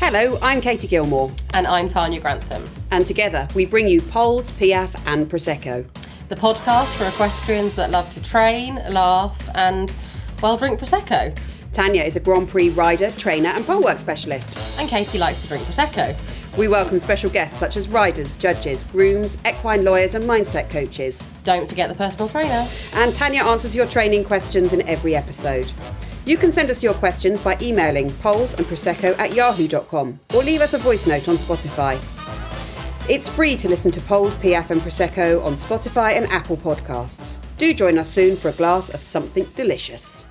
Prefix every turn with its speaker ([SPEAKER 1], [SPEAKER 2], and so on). [SPEAKER 1] Hello, I'm Katie Gilmore,
[SPEAKER 2] And I'm Tanya Grantham,
[SPEAKER 1] and together we bring you Poles, Piaf, and Prosecco.
[SPEAKER 2] the podcast for equestrians that love to train, laugh, and, well, drink Prosecco.
[SPEAKER 1] Tanya is a Grand Prix rider, trainer, and pole work specialist.
[SPEAKER 2] And Katie likes to drink Prosecco.
[SPEAKER 1] We welcome special guests such as riders, judges, grooms, equine lawyers, and mindset coaches.
[SPEAKER 2] Don't forget the personal trainer.
[SPEAKER 1] And Tanya answers your training questions in every episode. You can send us your questions by emailing polls and prosecco at yahoo.com or leave us a voice note on Spotify. It's free to listen to Polls, PF, and Prosecco on Spotify and Apple Podcasts. Do join us soon for a glass of something delicious.